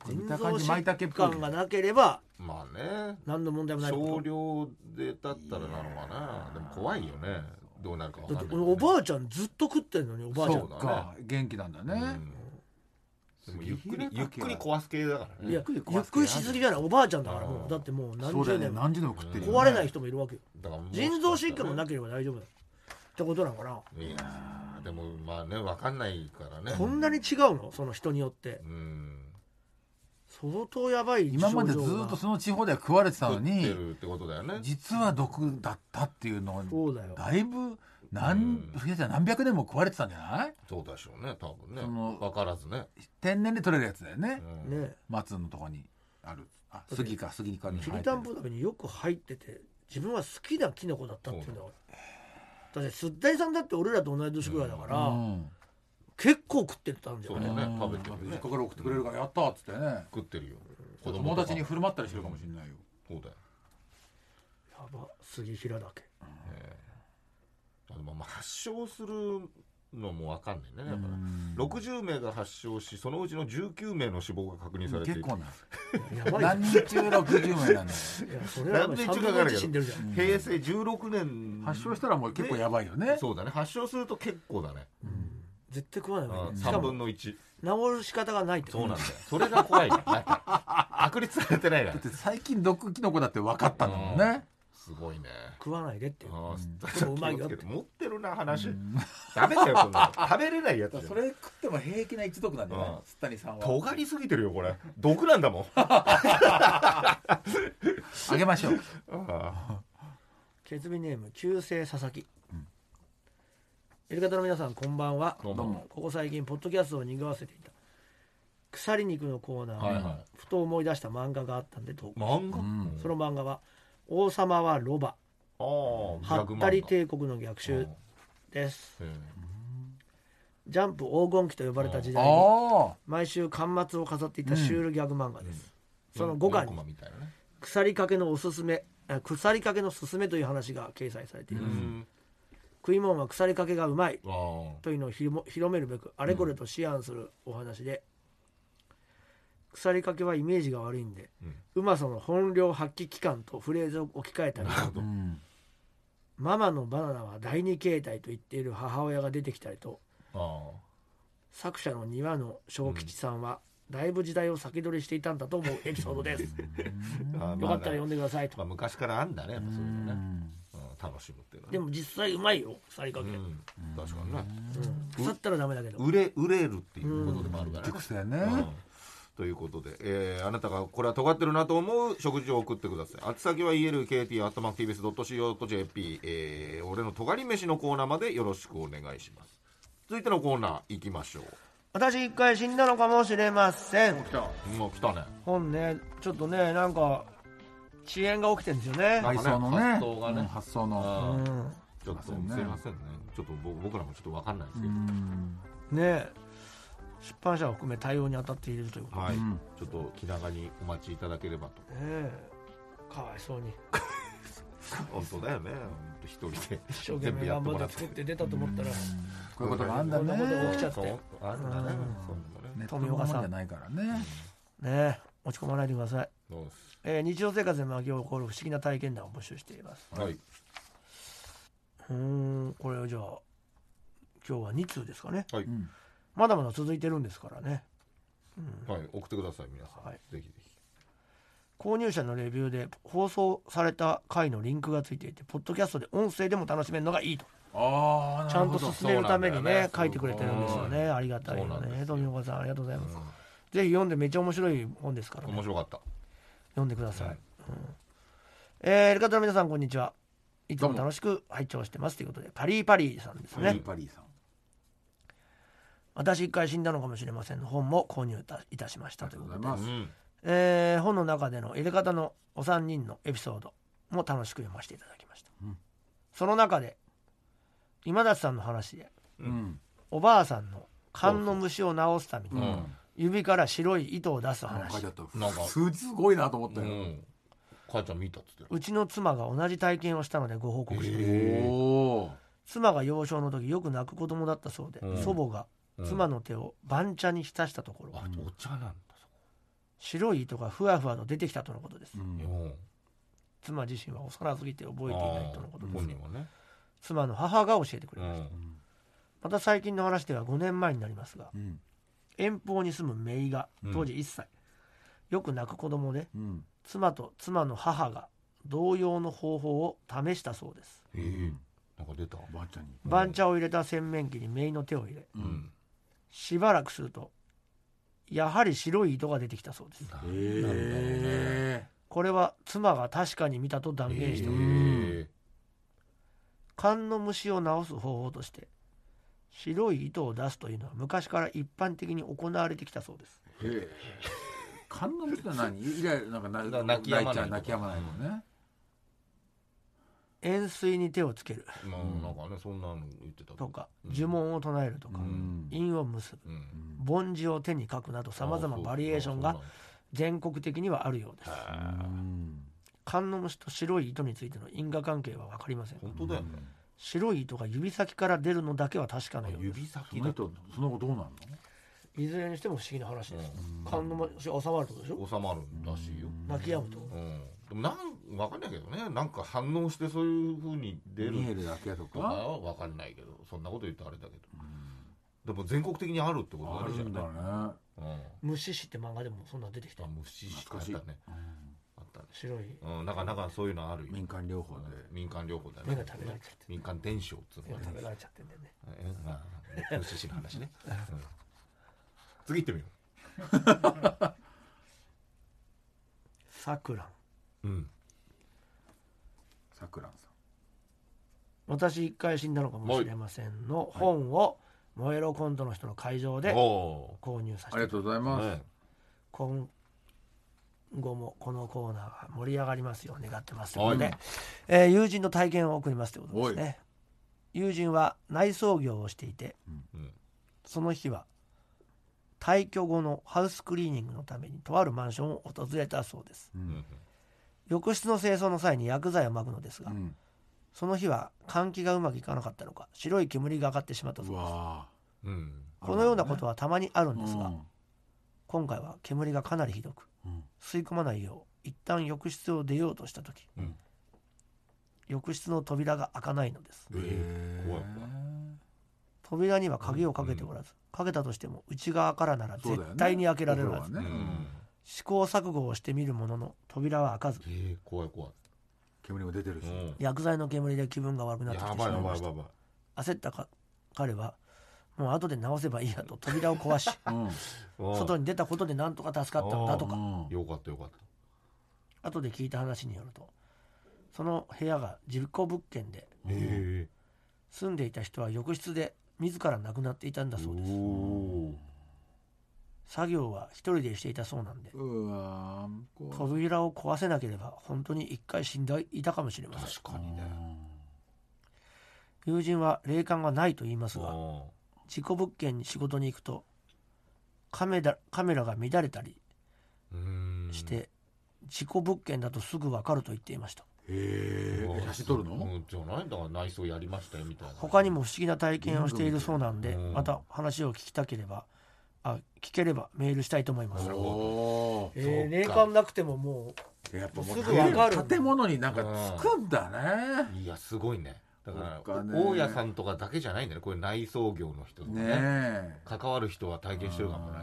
C: 腎臓
D: 見た感じ舞茸
C: 疾
D: っぽい
C: 患
D: ね
C: がなければ
B: まあね
C: 何の問題もない
B: 少
C: こ
B: 量でだったらなのかなでも怖いよねどうなるかわ
C: と
B: かんない
C: だって
B: けどね
C: 俺おばあちゃんずっと食ってんのにおばあちゃ
D: そ
C: ん
D: うか元気なんだね
B: うんでもゆっくり
D: 杉
B: ゆっ
D: 平竹
B: く
D: は
B: り壊す系だからね
C: いやゆっくりしすぎじゃないおばあちゃんだからもうだってもう何
D: そう
C: 十
D: だよね
C: 年も
D: 何十年も食ってるよね
C: 壊れない人もいるわけよ
B: だからもしかしたらね
C: 腎臓疾患もなければ大丈夫だってことなのかない
B: やーでもまあねわかんないからね
C: こんなに違うのその人によって
B: うん
C: 相当やばい
D: 今までず
C: 症状が
D: っとその地方では食われてたの
B: 食って
D: に
B: るってことだよね
D: 実は毒だったっていうのを
C: そうだよ
D: だいぶ
B: うん
D: 何増えたら何百年も食われてたんじゃない
B: そうでしょうね多分
D: そ
B: ね
D: の
B: 分からずね
D: 天然で取れるやつだよね
B: うん
C: ね
D: 松のとこにあるあ杉か杉かに
C: き
D: 生
C: り
D: えて
C: た
D: る
C: んぽ鍋によく入ってて自分は好きなキノコだったっていうんだからだってすったいさんだって俺らと同い年ぐらいだから、
D: うん
C: 結構食ってたんだ
B: そ
C: よ
B: うだ
C: ね
B: よね
D: うん
B: 食べてる
D: 実
B: ね
D: 家から送ってくれるからやったーっつってね
B: 食ってるよ
D: 友達に
B: そう
D: 振る舞ったりしてるかもしれないよ
B: だよ
C: ば杉平岳
B: あのまあまあ発症するのも分かんないねだから
D: うん
B: 60名が発症しそのうちの19名の死亡が確認されてい
D: 結
B: る
D: 構な
C: やばい
D: 何人中60名なのよ
C: いやそれはも
B: 何
C: う3
B: で一応
C: 分
B: か
C: の
B: かるけど
C: 1死んでるじゃん
B: 平成16年
D: 発症したらもう結構やばいよね
B: そうだね発症すると結構だね
C: 絶対食わない方がいいねしか
B: 3
C: も
B: 分の1
C: 治る仕方がないって
B: そうなんだよそれが怖いねなんか確立されてないか
D: だ
B: ら
D: って最近毒キノコだって分かったんだもんね
B: すごいね
C: 食わないでっていう
B: あ
C: でもうまいよって
B: 気をつけて持ってるな話ダメだよこんなの食べれないやつじゃん
D: それ食っても平気な一族なんじゃない
B: うん
D: 須谷さんは
B: 尖りすぎてるよこれ毒なんだもん
D: あげましょう
B: あ
C: ケツビネーム旧姓佐々木エルカタの皆さんこんばんは
B: どう
D: どう
B: も
D: も
C: ここ最近ポッドキャストを賑わせていた鎖肉のコーナ
B: はい
C: ー
B: は
C: ふと思い出した漫画があったんで投稿
B: 漫画
D: うん
C: その漫画は「王様はロバ
B: ああ
C: ハッタリ帝国の逆
B: 中
C: 襲」ですジャンプ黄金期と呼ばれた時代に
D: あ
C: 毎週巻末を飾っていたシュールギャグ漫画です、その5巻に
B: みたいなね
C: 腐りかけのおすすめあ腐りかけのすすめという話が掲載されていま
B: う
C: す、
B: ん
C: 食い物は腐りかけがうまい
B: ああ
C: というのを広も広めるべくあれこれと思案するお話で、腐りかけはイメージが悪いんで、
B: う
C: うんまさの本領発揮期間とフレーズを置き換えたり
B: なるほ
D: あ
B: ど
D: うん
C: ママのバナナは第二形態と言っている母親が出てきたりと
B: あ
C: 作者の庭野正吉さんは、だいぶ時代を先取りしていたんだと 思うエピソードです
B: あ
C: よかったら
B: ま
C: 読んでくださいと、
B: あ昔からあんだねやっぱそういうのねうん楽しむっていうのはね
C: でも実際うまいよ腐りか
B: う
C: け、うん
B: ん確かにね
C: 腐ったらダメだけど
B: 売れ売れるっていうことでもあるからね
D: 結構だ
B: う
D: よ
B: ん
D: ね
B: ということで、えーあなたがこれは尖ってるなと思う食事を送ってください。宛先は elkt.tbs.co.jp、えー、俺の尖り飯のコーナーまでよろしくお願いします。続いてのコーナー行きましょ
C: 私一回死んだのかもしれません
B: う。もう来たね。
C: 本ねちょっとねなんか遅延が起きてるんですよね
D: 外装のね
B: 発想がね
D: うん発想の
B: あー
C: うん
B: ちょっとすいませんね。ちょっと僕僕らもちょっとわかんないですけど。
C: ねえ出版社を含め対応に当たっているということ
B: はい、
D: うん
B: ちょっと気長にお待ちいただければと。
C: ねえかわいそうに
B: 本当だよね。本当一人で
C: 一生懸命頑張って作って出たと思ったら
D: こういうことがあんだ
C: こんなことが起
D: ね
C: きちゃって
B: そう
C: ね
B: あるんだね。そうだね。
D: ネットのものじゃないからね
C: え落ち込まないでください、
B: そうです
C: えー日常生活で巻き起こる不思議な体験談を募集しています
B: はい。
C: うーんこれをじゃあ今日は2通ですかね
B: はい。
D: ん
C: まだまだ続いてるんですからね
B: はい、送ってください、皆さん。
C: はい
B: ぜひぜひ。
C: 購入者のレビューで放送された回のリンクがついていてポッドキャストで音声でも楽しめるのがいいと
D: ああ
C: ちゃんと進めるために
B: そうなんだよ
C: ね
B: ね
C: 書いてくれてるんですよねありがたいよ
B: そうなんです
C: ね
B: よ
C: 富岡さんありがとうございます、ぜひ読んでめっちゃ面白い本ですから、ね、
B: 面白かった。
C: 読んでください、
B: はい
C: うんえーエルカトの皆さんこんにちはいつ
D: ど
C: も
D: うも
C: 楽しく拝聴してますということでパリーパリーさんですね、
D: ねパリーさん
C: 私一回死んだのかもしれませんの本も購入いたいたしましたということ
D: あり
C: で
D: がとうござい
B: う
D: ます
B: ん。
C: えー本の中での入れ方のお三人のエピソードも楽しく読ませていただきました、
D: うん
C: その中で今立さんの話で
D: うん
C: おばあさんの勘の虫を治すために
B: うん
C: 指から白い糸を出す
D: なんか書い
C: 話、
D: てあっ
B: なんか
D: た数字すごいなと思った
B: う
D: よ
B: ん。母ちゃん見たっつって
C: うちの妻が同じ体験をしたのでご報告します、
B: えー
D: おー
C: 妻が幼少の時よく泣く子供だったそうで、
B: うん
C: 祖母が
B: うん
C: 妻の手を番茶に浸したところ、
B: あ、お茶なんだ、そ
C: 白い糸がふわふわと出てきたとのことです、
D: うん
B: こ。うん。
C: 妻自身は幼すぎて覚えていないとのことです
B: 本人はね。
C: 妻の母が教えてくれ
B: う
C: ました、
B: ん。
C: また最近の話では5年前になりますが
D: うん
C: 遠方に住む姪が
B: うん
C: 当時1歳、よく泣く子供で
D: うん
C: 妻と妻の母が同様の方法を試したそうです
B: ええ。なんか出た。
D: ばあちゃんに
C: 番茶を入れた洗面器に姪の手を入れ
B: うん。
C: しばらくするとやはり白い糸が出てきたそうです
B: な
D: え
C: これは妻が確かに見たと断言しております
B: え
C: 勘の虫を治す方法として白い糸を出すというのは昔から一般的に行われてきたそうです
D: えへえ観音って何いやなんかな
B: だ泣き止まない
D: 泣ちゃう泣き止まないもんね
C: 塩水に手をつける
B: え。まあ、なんかね、そんなの言ってたけど
C: とか呪文を唱えるとか、
D: うん
C: 韻を結ぶ
B: うん。
C: 梵字を手に書くなどさまざまバリエーションが全国的にはあるようです
B: あ
D: うん
C: 観音虫と白い糸についての因果関係は分かりません
B: 本当だよね。
C: 白い糸が指先から出るのだけは確かなようです
B: 指
D: そ
B: 先
D: の
B: だ
D: 人
B: と
D: その後どうなるの
C: いずれにしても不思議な話です観音虫収まるってことでしょ
B: 収まるらしいよ。
C: 泣き止むと
B: うん。でもなんわかんないけどね。なんか反応してそういう風に出る
D: 見えるだけと
B: とか
D: か
B: はわかんないけど、そんなこと言うとあれだけど。でも全国的にあるってこと
D: あ
B: だねじ
D: る
B: ゃ
D: んだ
B: あ
D: ね
B: ね。うん。
C: 虫師って漫画でもそんなん出てきた
B: あ無視しか
D: 懐か
B: っ
D: しい
B: たね。あったね。
C: 白い
B: うん。なんかなんかそういうのあるよ。
D: 民間療法で
B: 民間療法だ
C: 目
B: ね
C: が。食べられちゃって
B: 民間伝承っつう
C: 目
B: の
C: が
B: がね
C: 食べられちゃってんだよね
B: えまあ、無視の話ね。うん次行ってみよ
C: さくらん
B: う。うん。
D: さくらんさん
C: 私一回死んだのかもしれませんの本を燃えろコントの人の会場で
B: おお
C: 購入さ
D: あ
C: せ
D: りが
C: て
D: とうござい
B: ー。
D: ます、
B: ね
C: 今後もこのコーナーが盛り上がりますよう願ってますので、えー友人の体験を送りますということですね友人は内装業をしていて
B: うん。
C: その日は退去後のハウスクリーニングのためにとあるマンションを訪れたそうです
D: うん
B: うん
C: 浴室の清掃の際に薬剤をまくのですが、
D: うん
C: その日は換気がうまくいかなかったのか白い煙が上がってしまったそう
D: う
C: です
D: わ
B: うん。
D: ー
C: このようなこと
D: は
C: はたまにある
D: あ
C: ん
D: るん
C: で
D: だ
C: す
D: ね
C: が、今回は煙がかなりひどく
D: うんうん
C: 吸い込まないよう一旦浴室を出ようとした時、
B: うん
C: 浴室の扉が開かないのです
B: えー怖い怖い
C: 扉には鍵をかけておらず、かけたとしても内側からなら
D: そう
C: 絶
D: だよね
C: 対に開けられるはず、
D: 心
B: う
D: はね
B: ん。
C: 試行錯誤をしてみるものの扉は開かず
B: えー、怖い怖い。
D: 煙も出てるし、
B: うん。
C: 薬剤の煙で気分が悪くなってき
B: や
C: てし
B: ばい
C: ま
B: や
C: い
B: ば
C: ま
B: い
C: し
B: や
C: た
B: ばい。
C: 焦ったか彼はもう後で直せばいいやと扉を 壊し
D: うん
C: 外に出たことでなんとか助かったんだとか
D: うん
B: よかったよかった。
C: 後で聞いた話によるとその部屋が事故物件で
B: え
C: 住んでいた人は浴室で自ら亡くなっていたんだそうです
B: お
C: 作業は一人でしていたそうなんで
D: うわー怖い
C: 扉を壊せなければ本当に一回死んでいたかもしれません
B: 確かにね。
C: 友人は霊感がないと言いま
B: う
C: す
B: ん
C: が事故物件に仕事に行くとカメラカメラが乱れたり
B: うん。
C: して事故物件だとすぐ分かると言っていました
D: へ
B: う
D: え
B: ん
D: 写真撮る
B: う
D: の
B: ん、じゃないんだから内装やりましたよみたいな。
C: 他にも不思議な体験をしているそうなんで
B: うん
C: また話を聞きたければあ聞ければメールしたいと思います
B: なるほど
D: おー
C: え
B: そ
C: ー
B: う
C: 霊
B: か
C: 感なくてもも
D: やっぱもう
C: すぐわかる
D: 建物になんかつくんだね
B: いや、すごいね。だか
D: そっ
B: ら、
D: かね
B: 大家さんとかだけじゃないんだね。これ内装業の人とか
D: ね
B: ね。
D: え
B: 関わる人は体験してるかもね。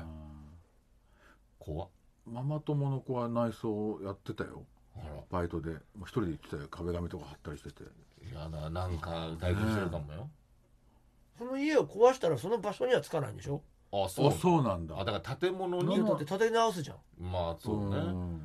B: 怖っ
D: ママ友の子は内装やってたよ
B: あら。
D: バイトでもう一人で行ってたよ壁紙とか貼ったりしてて
B: いやな、なんか体験してるかもよ。
C: うその家を壊したらその場所にはつかないんでしょ
B: あ、
D: あ
B: そう。
D: そうなんだ
B: あ、だから建物
C: 家
B: に
D: う、ん
C: だって建て直すじゃん
B: まあそうね。
D: ん
B: うん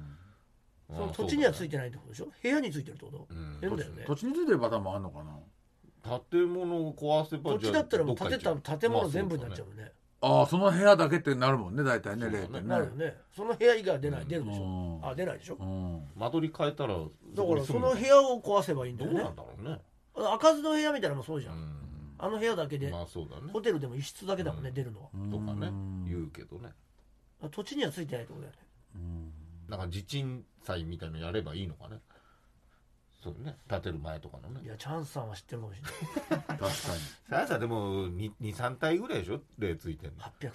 C: その土地にはつい
B: て
C: てないってことでしょ部屋についてるってこと
B: うん
C: 変だよね
D: 土地についてるパターンもあんのかな
B: 建物を壊せば
C: 土地だったらもう
B: じゃあ
C: 建て
B: どっか行
C: た
B: っちゃ
C: 建
B: う
C: 物全部になっちゃう
B: ま
C: よね
D: ああその部屋だけってなるもんね大体ね
B: そうだ
D: 例
B: ね
D: ってね
C: なるよねその部屋以外は出ない
B: うん
C: 出るでしょ
D: うん
C: あ出ないでしょ
D: う
C: だ
D: ん
B: あ間取り変えたらだか
C: からその部屋を壊せばいいんだ
B: ど
C: よ
B: う
C: ね
B: なんだろうね
C: あの開かずの部屋みたいなのもそうじゃん
B: う
C: あの部屋だけ
B: ん
C: で
B: まあそうだね
C: ホテルでも一室だけだもんね
B: うん
C: 出るのは
B: とかね
D: うん
B: 言うけどね
C: 土地にはついてないってことだよね
D: うん
B: なんか地鎮祭みたいのやればいいのかねそうね建てる前とかの
C: い
B: ね
C: やチャンスさんは知ってるかもしれない
D: 確かに
B: さやさでも23体ぐらいでしょ霊ついてんの
C: 800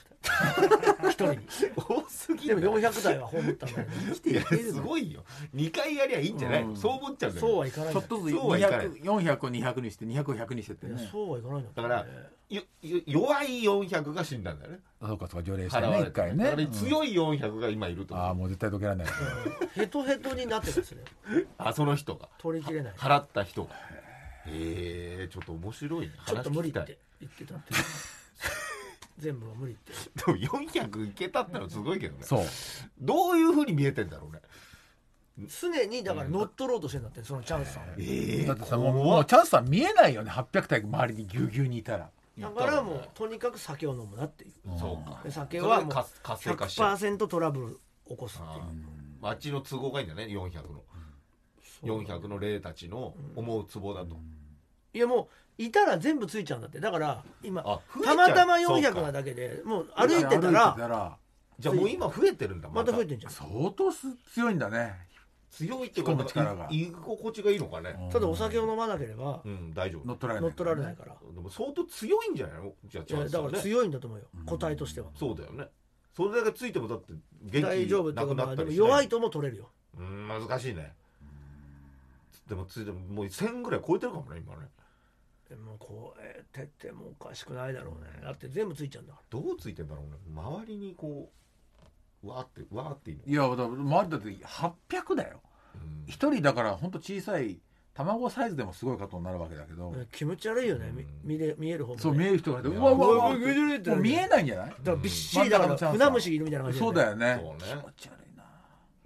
C: 体 一人に
B: 多すぎ
C: で
B: る
C: も400体は葬ったんだよね
D: 生きて
B: い
D: い
B: や
D: ける
B: す
D: の
B: ごいよ2回やりゃいいんじゃない、
D: うん
B: そう思っちゃうんだよね
C: そうはいかないん
D: ちょ
C: だよ
D: っとずつ
B: そうはいかない
D: 200 400を200にして200を100にしてって
C: い
D: ね
C: やそうはいかないんだ
B: だからよよ弱い400が死んだんだよね
E: あそうかそうか除霊して
B: 払わ
E: ね
B: れ
E: 一
B: て、
E: 回ね
B: だから強い400が今いる
E: う
B: と
E: んああ
B: 思う、
E: もう絶対解けられない
C: ヘトヘトになってますね
B: あその人が
C: 取りきれない
B: 払った人がへえちょっと面白いね
C: ちょっと無理っ
B: 話聞き
C: て言ってたって 全部は無理って
B: たいでも400いけたったらすごいけどね
E: そう
B: どういうふうに見えてんだろうね
C: 常にだから乗っ取ろうとしてんだってそのチャンスさんを
B: え
E: だってさもうもうチャンスは見えないよね800体周りにぎゅうぎゅうにいたら
C: だからもうとにかく酒を飲むなっていう
B: そうか
C: で酒は
B: それ
C: もう
B: で活活性化して
C: 100%トラブル起こすっていう
B: あっちの都合がいいんだね400の
C: そう
B: 400の霊たちの思うツボだと、
C: いやもういたら全部ついちゃうんだってだから今
B: あ増えちゃ
C: た
B: う
C: またま
B: そうか
C: 400なだけでもう歩いてたら
D: ら
B: じゃあもう今増えてるんだ
C: また増えてんじゃん
D: 相当す強いんだね
B: 強いってこと
D: 引き込む力が
B: 居心地がいいのかね。
C: ただお酒を飲まなければ
B: うん、大丈夫。
D: 乗っ取られない
C: 乗っ取られないから、
B: でも相当強いんじゃないのじゃあ、チ
C: い
B: ャ
C: や
B: ンスは
C: だ
B: ね
C: から強いんだと思うよ個体としては、
B: そうだよね。それだけついてもだって
C: 大丈夫
B: 元気
C: ってい
B: なく
C: うかま
B: な
C: あ
B: った
C: でも
B: りし
C: 弱
B: ないい。
C: とも取れるよ
B: うん、難しいね。でもついてももう1000ぐらい超えてるかもね、今ね。
C: でもこうえてってもおかしくないだろうねだって全部ついちゃうんだか
B: どうついてんだろうね。周りにこう、わーって、わーっていいの。
D: いやだから周りだって800だよ
B: うん
D: 一人だからほんと小さい卵サイズでもすごいことになるわけだけど、
C: ら気持ち悪いよね、み
B: うん
C: 見れ見える方も、ね、
D: そう見える人がいて
B: いうや
D: わうわう
C: うわ
D: わ
C: うわ見えるって
D: もう見えないんじゃない
C: だからびっしりだから船虫いるみたいな感じ
D: そうだよね
B: そうね
D: 気持ち悪いな
B: だか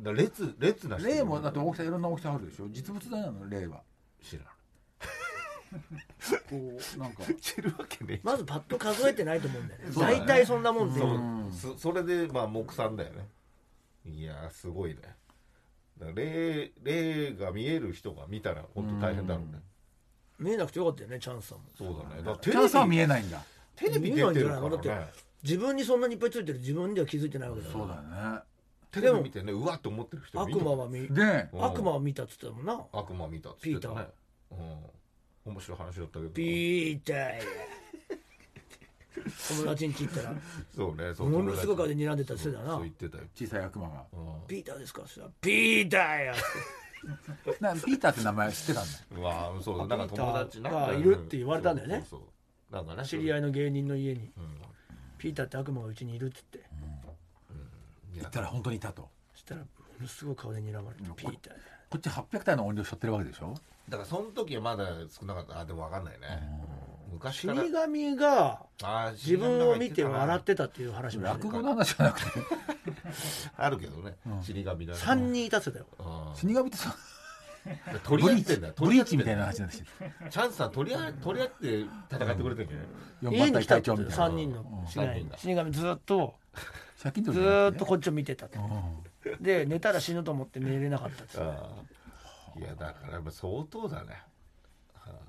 B: ら列、列な人
D: 霊もだって大きさいろんな大きさあるでしょ実物大なの霊は
B: 知らない。
D: こうなん か
B: 知るわけねえ
C: まずパッと数えてないと思うんだよね
B: そうだね
C: 大体そんなもんで、
D: うん
B: そそれでまあ目算だよねいやーすごいねだから霊霊が見える人が見たら本当大変だろうね
C: 見えなくてよかったよねチャンスさんも
B: そうだねだから
D: チ
B: テ
D: ャンスは
B: レ
D: 見
B: ビ
D: えないんだ
B: テレビ出てるから
C: 見えないんじゃないのだ
B: ね
C: 自分にそんなにいっぱいついてる自分では気づいてないわけだか
D: そう
C: ら
D: だよ
B: テレビ見てねうわって思ってる人
C: 悪魔は見
D: ねで
B: うん
C: 悪魔は見たっつってたもんな
B: 悪魔見たっつってたねうん面白い話だったけど
C: ピーターや友達ん家行ったら
B: そうねそう
C: ものすごい顔で
B: に
C: 睨んでた人だな
B: そう言ってたよ
D: 小さい悪魔が
B: うん
C: ピーターですかそしたらピーターや
D: なピーターって名前知ってたんだ
B: う
D: よ
B: わーそうだなんか友達なん
C: あ
B: か
C: いるって言われたんだよね
B: そうそうそうなんかね
C: 知り合
B: い
C: いの芸人の家にピーターって悪魔がうちにいるっつって
D: 言ったら本当にいたと
C: そしたらものすごい顔で睨まれてピーターや
D: こっち800体の音量背負ってるわけでしょ
B: だからその時はまだ少なかったあでも分かんないね昔
C: 死
B: から
C: 神が
B: あー
C: 自分を見て笑ってたっていう話もして
D: 落
C: る
D: 語の話じゃなくて
B: あるけどね、死神だね
C: 3人いたっつってたよ
B: あ
D: 死神ってさ
B: ー
D: ブ
B: 取
D: リ
B: り合っ
D: ー
B: て
D: チ
B: んだよ
D: ブ
B: 取
D: リ
B: り合っ
D: ー
B: て
D: チ
B: んだ
D: みたい
B: よ
D: な話になってきて
B: チャンスさん取り合取り合って戦ってくれてるんじゃない
C: 家
D: 4
C: に
D: 番
C: 来たっ
D: 隊
C: つ
D: 長
C: っ
D: み
C: て
D: たいな
C: 3人の死
B: うん三人
C: 神
B: が
C: 死神ずっと
D: 借金取
C: ず
D: りじゃな
C: ーっ
D: く
C: てとこっちを見てたってで寝たら死ぬと思って寝れなかったっつって
B: あーいやだからやっぱ相当だね、はあ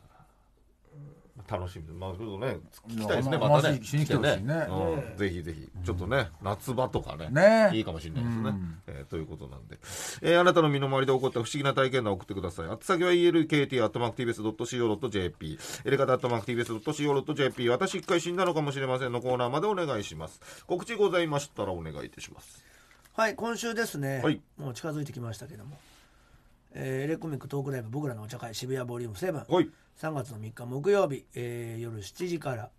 B: 楽しみまあちょっとね聞きたいですね
D: まあ
B: またね
D: まあしに来てほしいね
B: うんぜひぜひちょっとね夏場とかね
D: ねえ
B: いいかもしれないですね、えーということなんで、えーあなたの身の回りで起こった不思議な体験談を送ってください宛先は elkt.mactvs.co.jp エレカタ .mactvs.co.jp 私一回死んだのかもしれませんのコーナーまでお願いします告知ございましたらお願いいたします
C: はい今週ですね、
B: はい
C: もう近づいてきましたけども、えーエレコミックトークライブ僕らのお茶会渋谷ボリューム7、
B: はい
C: 3月の3日木曜日、えー夜7時から、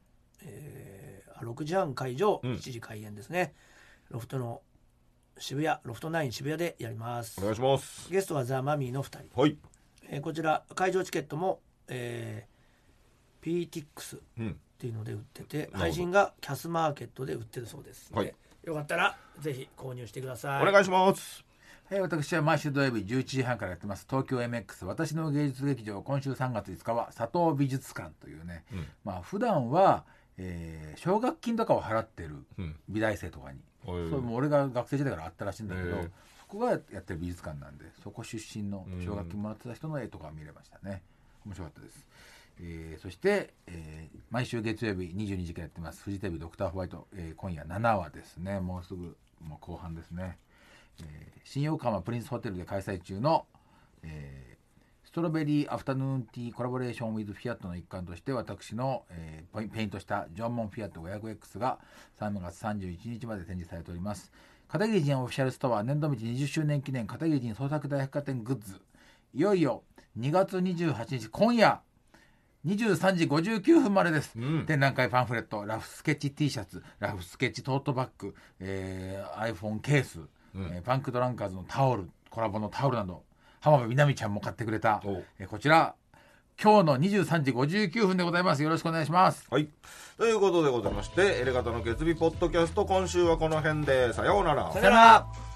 C: えーあ6時半会場、7時開演ですねロフトの渋谷ロフト9渋谷でやります
B: お願いします
C: ゲストはザ・マミーの2人、
B: はい
C: えーこちら会場チケットも、えー、PTX っ
B: うん
C: ていうので売ってて
B: ど
C: 配信がキャスマーケットで売ってるそうですので、
B: はい
C: よかったらぜひ購入してください
B: お願いします
D: はい、私は毎週土曜日11時半からやってます東京 MX 私の芸術劇場今週3月5日は佐藤美術館というね、
B: ん
D: まあ普段はえー奨、学金とかを払ってる
B: うん
D: 美大生とかに、
B: はい
D: そうもう俺が学生時代からあったらしいんだけど、
B: へえ
D: そこがやってる美術館なんでそこ出身の奨学金もらってた人の絵とか見れましたね面白かったです、えーそして、えー毎週月曜日22時からやってますフジテレビドクターホワイト、えー今夜7話ですねもうすぐもう後半ですね、えー新横浜プリンスホテルで開催中の、えーストロベリーアフタヌーンティーコラボレーションウィズフィアットの一環として私の、えーポインペイントしたジョンモンフィアット 500X が3月31日まで展示されております片桐仁オフィシャルストア年度道20周年記念片桐仁創作大百貨店グッズいよいよ2月28日今夜23時59分までです、
B: うん
D: 展覧会パンフレットラフスケッチ T シャツラフスケッチトートバッグ、えー iPhone ケース、えーパンクドランカーズのタオルコラボのタオルなど浜辺美波ちゃんも買ってくれた
B: お、
D: えーこちら今日の23時59分でございますよろしくお願いします
B: はいということでございましてエレガタの月日ポッドキャスト今週はこの辺でさようなら
C: さよなら